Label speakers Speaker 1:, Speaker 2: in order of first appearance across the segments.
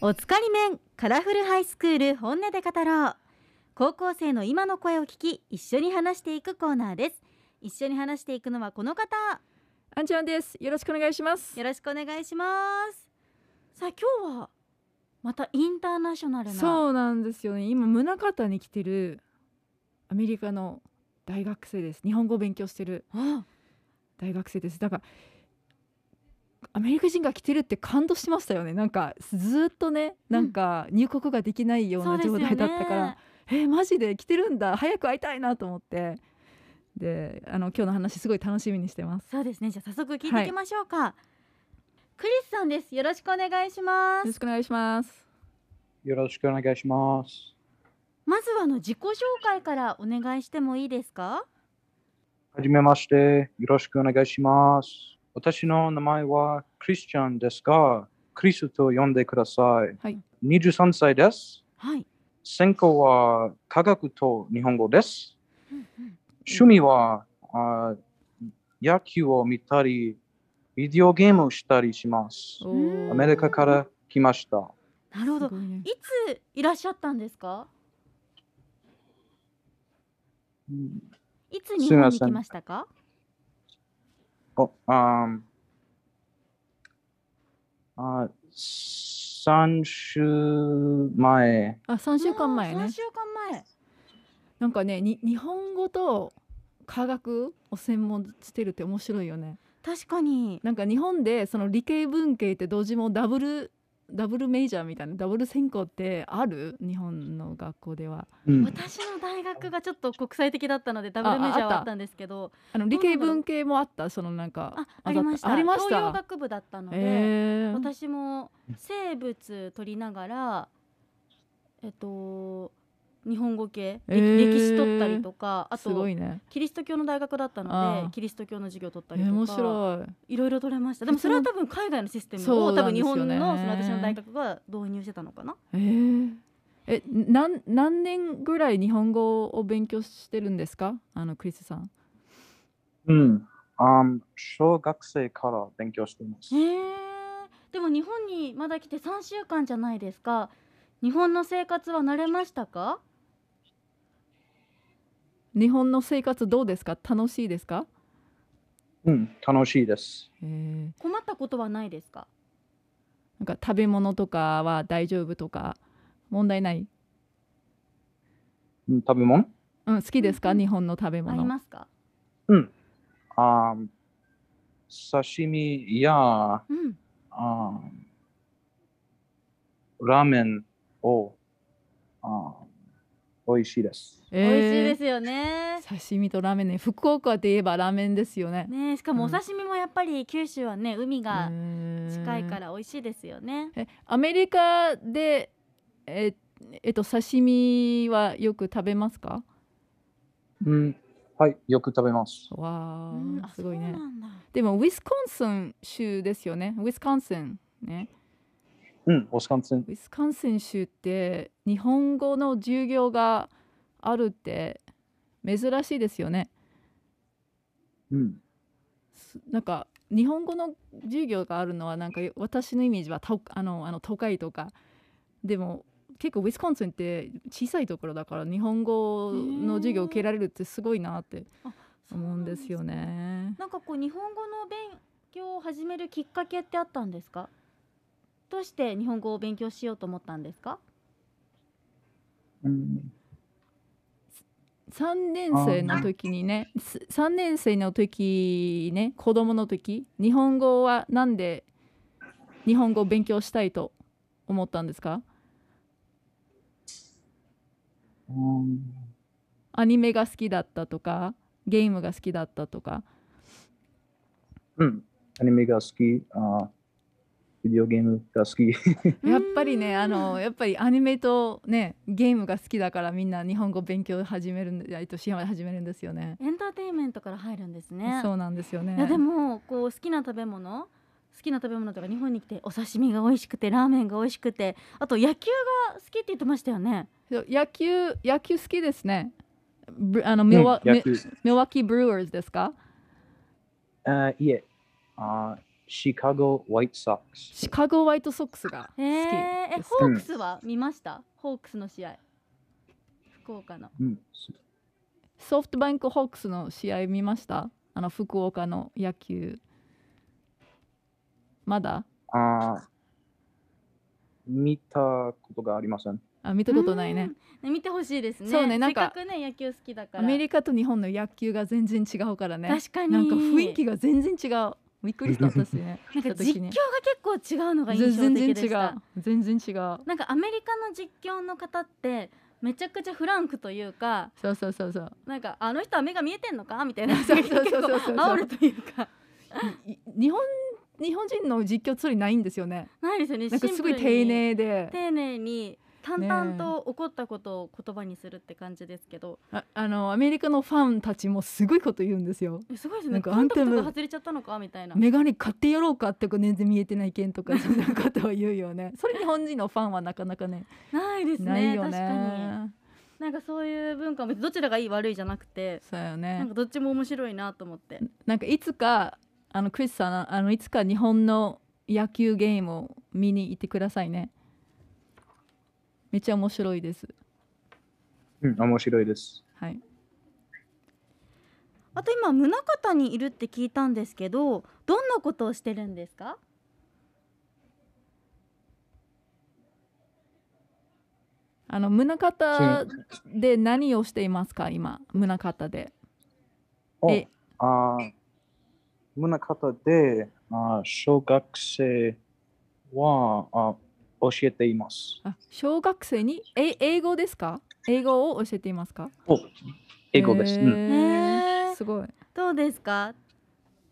Speaker 1: おつかり面カラフルハイスクール本音で語ろう高校生の今の声を聞き一緒に話していくコーナーです一緒に話していくのはこの方
Speaker 2: アンちゃんです。よろしくお願いします。
Speaker 1: よろしくお願いしますさあ今日はまたインターナショナルな
Speaker 2: そうなんですよね。今宗像に来てるアメリカの大学生です。日本語を勉強してる
Speaker 1: あ
Speaker 2: 大学生です。だからアメリカ人が来てるって感動しましたよね。なんかずっとね、なんか入国ができないよう
Speaker 1: そう
Speaker 2: な
Speaker 1: ですよ
Speaker 2: 状
Speaker 1: ね
Speaker 2: 態だったから、えーマジで来てるんだ。早く会いたいなと思って。で、あの今日の話すごい楽しみにしてます。
Speaker 1: そうですねじゃあ早速聞いていきましょうか、クリスさんですよろしくお願いしま
Speaker 2: よろ
Speaker 1: す
Speaker 2: しくお願いします。
Speaker 3: よろしくお願いします。
Speaker 1: まずはあの自己紹介からお願いしてもいいですか
Speaker 3: はじめまして。よろしくお願いします。私の名前はクリスチャンですが、クリスと呼んでください。
Speaker 2: はい
Speaker 3: 23歳です。
Speaker 1: はい、
Speaker 3: 専攻は科学と日本語です。
Speaker 1: うんうん
Speaker 3: 趣味はあ野球を見たり、ビデオゲームをしたりします。
Speaker 2: お
Speaker 1: う
Speaker 2: ー
Speaker 1: ん
Speaker 3: アメリカから来ました。
Speaker 1: なるほど
Speaker 2: すごいね
Speaker 1: いついらっしゃったんですかいつ日
Speaker 3: すい
Speaker 1: 本
Speaker 3: ま
Speaker 1: に
Speaker 3: せん
Speaker 1: 来ましたか
Speaker 3: おあーあ3週前、
Speaker 2: あ、三週間前ね
Speaker 1: 3。週間前
Speaker 2: なんかねに日本語と科学を専門してるって面白いよね
Speaker 1: 確かに
Speaker 2: なんか日本でその理系文系って同時もダブルダブルメジャーみたいなダブル専攻ってある日本の学校では
Speaker 3: うん
Speaker 1: 私の大学がちょっと国際的だったのでダブルメジャーはあったんですけど
Speaker 2: あの
Speaker 1: ど
Speaker 2: 理
Speaker 1: うなんだろう
Speaker 2: 系文系もあったそのなん
Speaker 1: あ
Speaker 2: か
Speaker 1: ありました
Speaker 2: ありました
Speaker 1: 東洋学部だったので、
Speaker 2: えー、
Speaker 1: 私も生物取りながらえっと日本語系、歴
Speaker 2: えー
Speaker 1: 歴史取ったりとかあ
Speaker 2: すご
Speaker 1: と
Speaker 2: いね
Speaker 1: キリスト教の大学だった
Speaker 2: あ
Speaker 1: ので
Speaker 2: あ
Speaker 1: キリスト教の授業取った
Speaker 2: え
Speaker 1: り
Speaker 2: ー
Speaker 1: と
Speaker 2: 面
Speaker 1: か
Speaker 2: 白
Speaker 1: いろいろ取れましたでもそれは多分海外のシステム
Speaker 2: そ
Speaker 1: を多
Speaker 2: うな
Speaker 1: 分
Speaker 2: んで
Speaker 1: 日
Speaker 2: す
Speaker 1: 本
Speaker 2: よね
Speaker 1: のその私の大学が導入してたのかない
Speaker 2: えーえなん何年ぐらい日本語を勉強してるんですかあのクリスさん
Speaker 3: うんあん小学生から勉強しています
Speaker 1: へ。えでも日本にまだ来て3週間じゃないですか日本の生活は慣れましたか
Speaker 2: 日本の生活どうですか楽しいですか、
Speaker 3: うん、楽しいです。
Speaker 2: えー
Speaker 1: 困ったことはないですか
Speaker 2: なんか食べ物とかは大丈夫とか問題ない、
Speaker 3: うん、食べ物
Speaker 2: うん、好きですか、
Speaker 1: うんうん
Speaker 2: 日本の食べ
Speaker 1: あり
Speaker 2: 物
Speaker 1: ますか
Speaker 3: うん。あん刺身やあ
Speaker 1: うん
Speaker 3: んラーメンをあ美味しいです。
Speaker 2: 美
Speaker 1: 美味しいですよね
Speaker 2: す刺身とラーメンね福岡で言えばラーメンですよね
Speaker 1: ねえしかもお
Speaker 2: うん
Speaker 1: 刺身もやっぱり九州はね海が近
Speaker 2: 近
Speaker 1: いから美味しいですよね
Speaker 2: えアメリカでええっと刺身はよく食べますか
Speaker 3: うん、はい、よく食べます。
Speaker 2: わ
Speaker 1: うんあ
Speaker 2: あすごいね
Speaker 1: そうなんだ
Speaker 2: でもウィスコンシン州ですよねウィスコンシンね
Speaker 3: うん、オスカンセン
Speaker 2: ウ。ィスコンシン州って日本語の授業があるって珍しいですよね。
Speaker 3: うん、
Speaker 2: すなんか日本語の授業があるのはなんか私のイメージはとあのあの都会とかでも結構ウィスコンシンって小さいところだから日本語の授業を受けられるってすごいなって思うんですよね。
Speaker 1: なんかこう日本語の勉強を始めるきっかけってあったんですかどうして日本語を勉強しようと思ったんですか
Speaker 3: うん、
Speaker 2: 3年生の時にね3年生の時ね子供の時日本語はなんで日本語を勉強したいと思ったんですか
Speaker 3: うん
Speaker 2: アニメが好きだったとかゲームが好きだったとか
Speaker 3: うん。アニメが好き、あビデオゲームが好き。
Speaker 2: やっぱりね
Speaker 1: うん
Speaker 2: あのやっぱりアニメとねゲームが好きだからみんな日本語勉強始めるんでえっとし始めるんですよね
Speaker 1: エンターテインメントから入るんですね
Speaker 2: そうなんですよね
Speaker 1: いやでもこう好きな食べ物好きな食べ物とか日本に来てお刺身が美味しくてラーメンが美味しくてあと野球が好きって言ってましたよね
Speaker 2: そう野球野球好きですねブあのミル ワ
Speaker 3: うん
Speaker 2: ミ
Speaker 3: 野球
Speaker 2: ルワッキーブルワーズですか
Speaker 3: あいえあ、シカゴ・ワイトソックス。
Speaker 2: シカゴ・ホワイトソックスが好き
Speaker 1: えー、え
Speaker 2: です。
Speaker 1: ホークスは見ました、ホークスの試合福岡の
Speaker 3: うん、
Speaker 2: ソフトバンクホークスの試合見ましたあの福岡の野球。まだ
Speaker 3: あー見たことがありません。
Speaker 2: あ見たことないね。
Speaker 1: うん見てほしいですね
Speaker 2: そうねなんか
Speaker 1: せっかくね野球好きだか
Speaker 2: ア
Speaker 1: ら
Speaker 2: メリカと日本の野球が全然違うからね。
Speaker 1: 確かに
Speaker 2: なんか雰囲気が全然違う。びっくりした私 ね。
Speaker 1: なんか実況が結構違うのが印象
Speaker 2: 全然
Speaker 1: 的で
Speaker 2: 違
Speaker 1: し
Speaker 2: う
Speaker 1: た。
Speaker 2: 全然違う。
Speaker 1: なんかアメリカの実況の方ってめちゃくちゃフランクというか
Speaker 2: そうそうそうそう。
Speaker 1: なんかあの人は目が見えてんのかみたいな
Speaker 2: そうそうそうそう
Speaker 1: 結構煽るというか
Speaker 2: い日本日本人の実況それないんですよね。
Speaker 1: ないですよね
Speaker 2: なんかすごい
Speaker 1: シンプル
Speaker 2: 丁
Speaker 1: に
Speaker 2: 寧で、
Speaker 1: 丁寧に淡々と起こったことを言葉にするって感じですけど、
Speaker 2: ああのアメリカのファンたちもすごいこと言うんですよ。
Speaker 1: えすごいです
Speaker 2: な
Speaker 1: ね
Speaker 2: んか
Speaker 1: コンタク
Speaker 2: アン
Speaker 1: ト
Speaker 2: テ
Speaker 1: が
Speaker 2: ム
Speaker 1: 外れちゃったのかみたいな
Speaker 2: メガネ買ってやろうかってこう全然見えてないけんとかそんなことを言うよね。それ日本人のファンはなかなかね
Speaker 1: ないですね
Speaker 2: ないよ
Speaker 1: 確かに
Speaker 2: ね。
Speaker 1: なんかそういう文化もどちらがいい悪いじゃなくて
Speaker 2: そうよ
Speaker 1: な
Speaker 2: ね
Speaker 1: んか。どっちも面白いなと思って
Speaker 2: なんかいつかあのクリスさんあのいつか日本の野球ゲームを見に行ってくださいね。めっちゃ面白いです。
Speaker 3: うん、面白いです。
Speaker 2: はい。
Speaker 1: あと今宗像にいるって聞いたんですけどどんなことをしてるんですか
Speaker 2: あの宗
Speaker 3: そう
Speaker 2: 像で何をしていますか今宗像で。
Speaker 3: お
Speaker 2: え
Speaker 3: あー宗像であー小学生はあ教えています。
Speaker 2: あ小学生にえ英語ですか英語を教えていますか
Speaker 3: お英語です。
Speaker 2: へ
Speaker 3: うん
Speaker 1: へ
Speaker 2: ー
Speaker 1: ー
Speaker 2: すごい。
Speaker 1: どうですか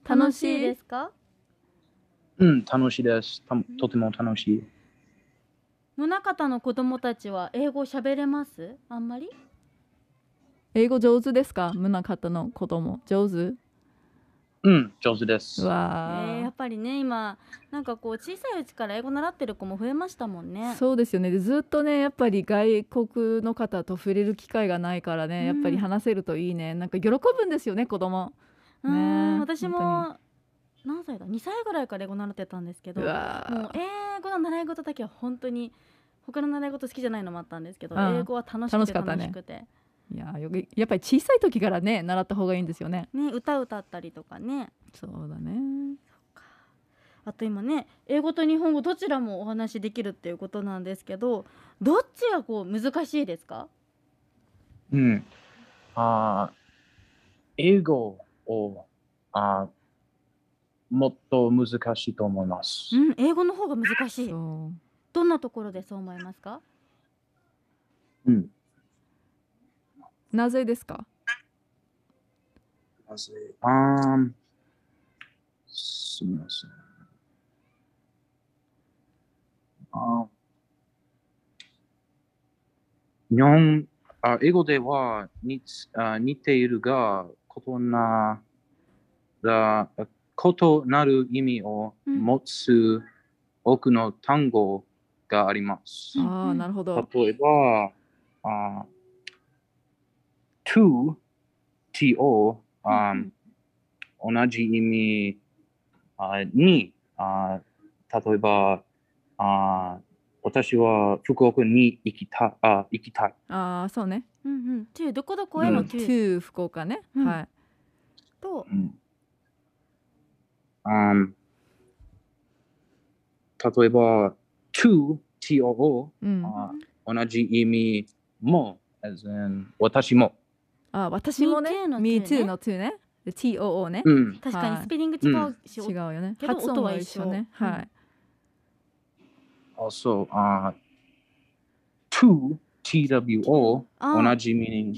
Speaker 2: 楽
Speaker 1: 楽
Speaker 2: し
Speaker 1: し
Speaker 2: い
Speaker 1: いですか
Speaker 3: うん、楽しいです。たとても楽しい。
Speaker 1: 宗像の子供たちは英語喋れますあんまり
Speaker 2: 英語上手ですか宗像の子供上手
Speaker 3: うん、上手です。
Speaker 2: う
Speaker 1: え
Speaker 2: わ
Speaker 1: ー、やっぱりね今なんかこう小さいうちから英語習ってる子も増えましたもんね
Speaker 2: そうですよねでずっとねやっぱり外国の方と触れる機会がないからね、やっぱり
Speaker 1: うん
Speaker 2: 話せるといいねなんか喜ぶんですよね子供
Speaker 1: うー
Speaker 2: ね
Speaker 1: ん
Speaker 2: え
Speaker 1: 私も何歳だ2歳ぐらいから英語習ってたんですけ
Speaker 2: う
Speaker 1: どもう
Speaker 2: わ
Speaker 1: 英語の習い事だけは本当に他の習い事好きじゃないのもあったんですけど、
Speaker 2: うん
Speaker 1: 英語は楽し
Speaker 2: 楽
Speaker 1: く
Speaker 2: してかった
Speaker 1: 楽
Speaker 2: ね
Speaker 1: しくてね
Speaker 2: いやよくやっぱり小さい時からね習った方がいいんですよね
Speaker 1: 歌歌ったりとかね
Speaker 2: そうだね
Speaker 1: あと今ね英語と日本語どちらもお話しできるっていうことなんですけどどっちがこう難しいですか
Speaker 3: うん。あー英語をあーもっと難しいと思います。
Speaker 1: うん英語の方が難しい
Speaker 2: そう
Speaker 1: どんなところでそう思いますか
Speaker 3: うん。
Speaker 2: なぜですか
Speaker 3: まずあーすみません。あー日本あ英語では似つあ似ているが、異なだ異なる意味を持つ多くの単語があります。
Speaker 1: うん
Speaker 2: ああなるほど
Speaker 3: 例えば、あ to, to, あ
Speaker 1: うん
Speaker 3: 同じ意味あにあ、例えばあ、私は福岡に行きたあ行きたい。
Speaker 2: ああそうね
Speaker 1: うんうんというどこどこへの
Speaker 3: うん
Speaker 1: と
Speaker 2: to
Speaker 1: いう
Speaker 2: 福岡ね、
Speaker 1: うん
Speaker 2: はい
Speaker 1: と
Speaker 3: うんあん例えば、to, to,
Speaker 2: うんあ
Speaker 3: あ同じ意味も、as in 私も。
Speaker 2: あ私もね
Speaker 1: Me
Speaker 2: Me
Speaker 1: too
Speaker 2: too
Speaker 1: の
Speaker 2: の to ねで TOO ね、
Speaker 3: うん
Speaker 1: 確かに
Speaker 2: はい
Speaker 1: スペリング違うし、
Speaker 2: 違うよね
Speaker 1: けど
Speaker 2: 発音は一緒ね
Speaker 1: 音は一緒
Speaker 2: はい、
Speaker 3: also uh, two two
Speaker 1: あー
Speaker 3: 同じ meaning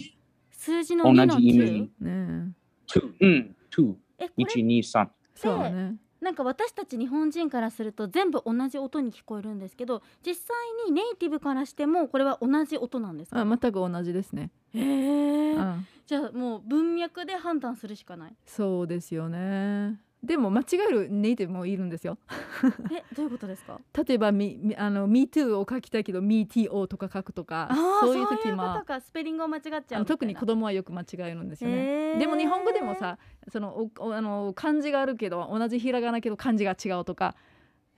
Speaker 1: 数字の
Speaker 3: 同
Speaker 1: 2の
Speaker 3: じ意
Speaker 1: 9
Speaker 3: 味
Speaker 2: ねえ
Speaker 3: 2うん2
Speaker 1: えこれ
Speaker 3: 一二三
Speaker 2: そうだね
Speaker 1: なんか私たち日本人からすると全部同じ音に聞こえるんですけど実際にネイティブからしてもこれは同じ音なんです
Speaker 2: あ
Speaker 1: か
Speaker 2: 全く同じですね、
Speaker 1: へ
Speaker 2: う
Speaker 1: え
Speaker 2: ん、
Speaker 1: じゃあもう文脈で判断するしかない
Speaker 2: そうですよねでも間違えるネイティブもいるんですよ
Speaker 1: えどういうことですか
Speaker 2: 例えばみみあの「MeToo」を書きたいけど「MeTO」とか書くとか
Speaker 1: ああ
Speaker 2: そういう時も
Speaker 1: そういうことかスペリングを間違っちゃうみた
Speaker 2: あ
Speaker 1: い
Speaker 2: の
Speaker 1: な
Speaker 2: 特に子供はよく間違えるんですよね。
Speaker 1: へー
Speaker 2: でも日本語でもさそのおおあの漢字があるけど同じひらがなけど漢字が違うとか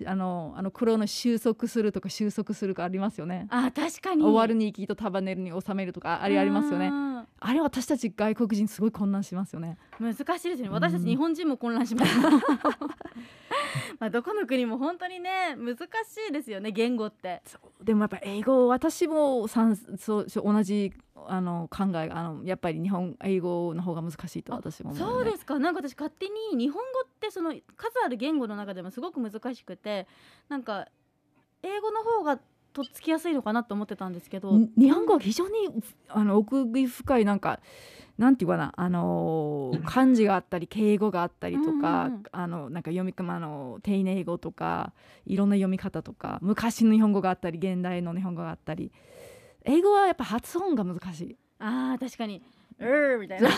Speaker 2: あのあの黒の収束するとか収束するかありますよね。
Speaker 1: あ確かに
Speaker 2: 終わるにきと束ねるに収めるとかあれありますよね。
Speaker 1: ね
Speaker 2: あれ私たち外国人すごい混乱しますよね。
Speaker 1: 難しいですね
Speaker 2: うん
Speaker 1: 私たち日本人も混乱します まあどこの国も本当にね難しいですよね言語って
Speaker 2: でもやっぱ英語私もさんそうそう同じあの考えあのやっぱり日本英語の方が難しいと私も思
Speaker 1: そう
Speaker 2: ね
Speaker 1: うですかなんか私勝手に日本語ってその数ある言語の中でもすごく難しくてなんか英語の方がとっつきやすいのかなと思ってたんですけど
Speaker 2: に日本語は非常にあの奥義深いなんかなんていうかなあのー漢字があったり敬語があったり
Speaker 1: う
Speaker 2: とか、
Speaker 1: んうんうん
Speaker 2: あのなんか読み込まあの丁寧語とかいろんな読み方とか昔の日本語があったり現代の日本語があったり英語はやっぱ発音が難 しい。
Speaker 1: あー確かに「うー」みたいな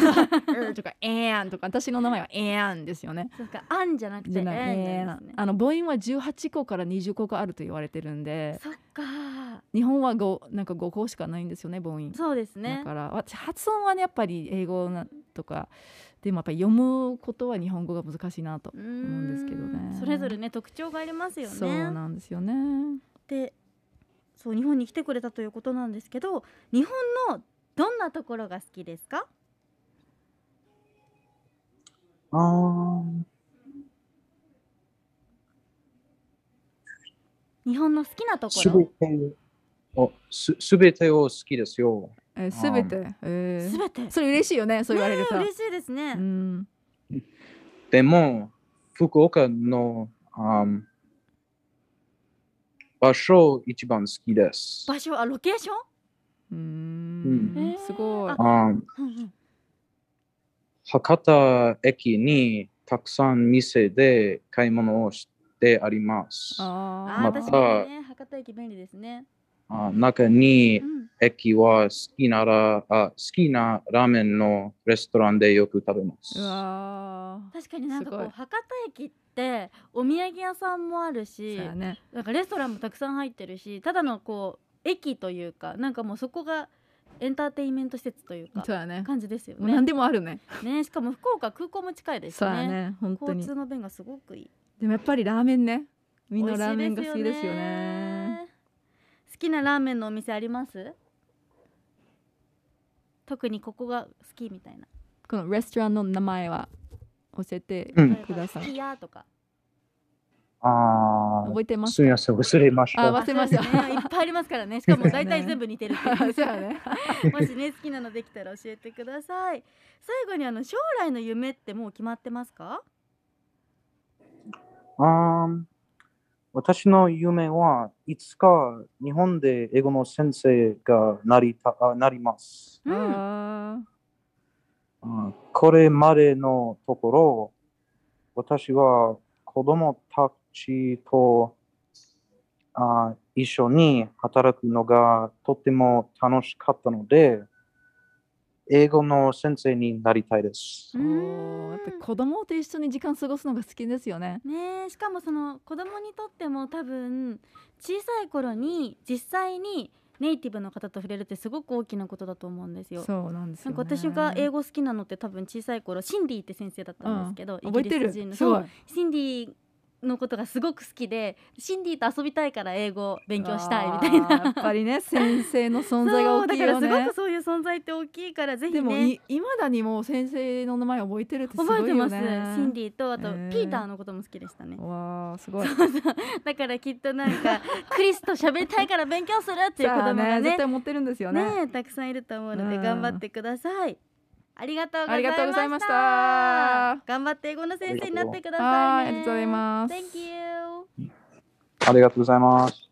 Speaker 2: うんとか「えーん」とか私の名前は「えーん」ですよね。
Speaker 1: そうか「あん」じゃなくて「
Speaker 2: じ
Speaker 1: え
Speaker 2: ゃない
Speaker 1: ーん」
Speaker 2: え
Speaker 1: な
Speaker 2: ー
Speaker 1: んです
Speaker 2: ん
Speaker 1: ね
Speaker 2: あの母音は18個から20個があると言われてるんで
Speaker 1: そっか
Speaker 2: 日本は5なんか5個しかないんですよね母音。
Speaker 1: そうですね
Speaker 2: だから私発音はねやっぱり英語なとかでもやっぱり読むことは日本語が難しいなと、
Speaker 1: 思
Speaker 2: 思うんですけどね
Speaker 1: それぞれね特徴がありますよね
Speaker 2: そうなんですよね
Speaker 1: でそう日本に来てくれたということなんですけど日本のどんなところが好きですか
Speaker 3: あ
Speaker 1: 日本の好きなとこ
Speaker 3: あ、すべ
Speaker 1: ろ
Speaker 3: てを、すすべてを好きですよ。
Speaker 2: えー、全て、え
Speaker 1: す
Speaker 2: ー
Speaker 1: べて
Speaker 2: それ嬉しいよねそう言われると、
Speaker 1: ねえ嬉しいですね、
Speaker 2: うん
Speaker 3: でも、福岡の、あー場所一番好きです。
Speaker 1: 場所あロケーション
Speaker 2: う
Speaker 1: うんん
Speaker 2: すごい
Speaker 1: えー
Speaker 3: あー
Speaker 1: うんうん
Speaker 3: 博多駅にたくさん店で買い物をしてあります。
Speaker 1: あ
Speaker 2: あ
Speaker 1: ー
Speaker 3: また
Speaker 1: 確かにね博多駅便利ですね、
Speaker 3: あ中に
Speaker 1: うん、
Speaker 3: 駅は好きならあ好きなラーメンのレストランでよく食べます。
Speaker 2: うわー
Speaker 1: 確かになんかこ
Speaker 2: す
Speaker 1: う
Speaker 2: ごい
Speaker 1: 博多駅ってお土産屋さんもある
Speaker 2: そう
Speaker 1: し
Speaker 2: やね
Speaker 1: なんかレストランもたくさん入ってるしただのこう駅というかなんかもうそこがエンターテインメント施設というか
Speaker 2: そうやね
Speaker 1: 感じですよ
Speaker 2: もう何
Speaker 1: ね。
Speaker 2: でもあるね
Speaker 1: ねしかも福岡空港も近いですし
Speaker 2: そうや
Speaker 1: ね
Speaker 2: ね本当
Speaker 1: 交
Speaker 2: に
Speaker 1: 通の便がすごくいい。
Speaker 2: でもやっぱりラーメンねみんな
Speaker 1: 美味し
Speaker 2: ラ
Speaker 1: い
Speaker 2: ーメンが好きですよね
Speaker 1: ね。好きなラーメンのお店あります特にここが好きみたいな。
Speaker 2: このレストランの名前は教えて
Speaker 3: うん
Speaker 1: 例え
Speaker 2: く
Speaker 1: ば
Speaker 2: だ
Speaker 1: 好
Speaker 2: さい、
Speaker 1: きやとか。
Speaker 3: あ
Speaker 2: 覚えてま
Speaker 3: あ、
Speaker 2: す
Speaker 3: すみません、忘れまし
Speaker 2: あ
Speaker 3: た。
Speaker 2: 忘れました
Speaker 1: そうですねいっ ぱいありますからね。しかも大体全部似てるっていう
Speaker 2: そうやね
Speaker 1: もしね好きなのできたら教えてください。最後にあの将来の夢ってもう決まってますか？
Speaker 3: あー私の夢はいつか日本で英語の先生がなりたあなります。
Speaker 1: うん。
Speaker 2: あ
Speaker 3: うんこれまでのところ、私は子供たちとあ一緒に働くのがとても楽しかったので、英語の先生になりたいです。
Speaker 2: ーおーやっぱり子供と一緒に時間過ごすのが好きですよね。
Speaker 1: ねえしかもその子供にとっても多分小さい頃に実際にネイティブの方と触れるってすごく大きなことだと思うんですよ。
Speaker 2: そうなんです
Speaker 1: な
Speaker 2: よ、
Speaker 1: ん
Speaker 2: ね。
Speaker 1: か私が英語好きなのって多分小さい頃シンディって先生だったんですけど、
Speaker 2: 覚えて
Speaker 1: イギリス人
Speaker 2: る。
Speaker 1: の
Speaker 2: す
Speaker 1: そ
Speaker 2: ご
Speaker 1: う
Speaker 2: い。
Speaker 1: シンディのことがすごく好きでシンディと遊びたいから英語を勉強したいみたい
Speaker 2: あーや
Speaker 1: な
Speaker 2: っぱりね、先生の存在が大きいよ
Speaker 1: そうだからすご
Speaker 2: ね
Speaker 1: く。そういう存在って大きいからぜひね
Speaker 2: でもいまだにもう先生の名前覚えてるってすご
Speaker 1: 覚え
Speaker 2: い
Speaker 1: て
Speaker 2: よ
Speaker 1: ます、
Speaker 2: ね。
Speaker 1: シンディとあと
Speaker 2: えー
Speaker 1: ピーターのことも好きでしたね、
Speaker 2: わあすごい。
Speaker 1: だからきっとなんか クリスと喋りたいから勉強するっていう子供
Speaker 2: さ
Speaker 1: が
Speaker 2: あ
Speaker 1: ね
Speaker 2: 絶対持ってるんですよね。
Speaker 1: ねえたくさんいると思うので
Speaker 2: うん
Speaker 1: 頑張ってください、ありがとう
Speaker 2: ありがとう
Speaker 1: ご
Speaker 2: ご
Speaker 1: ざ
Speaker 2: ざ
Speaker 1: い
Speaker 2: い
Speaker 1: ま
Speaker 2: ま
Speaker 1: し
Speaker 2: したた
Speaker 1: 頑張って英語の先生になってくださいね
Speaker 2: はい、ありがとうございます。
Speaker 1: Thank you
Speaker 3: ありがとうございます。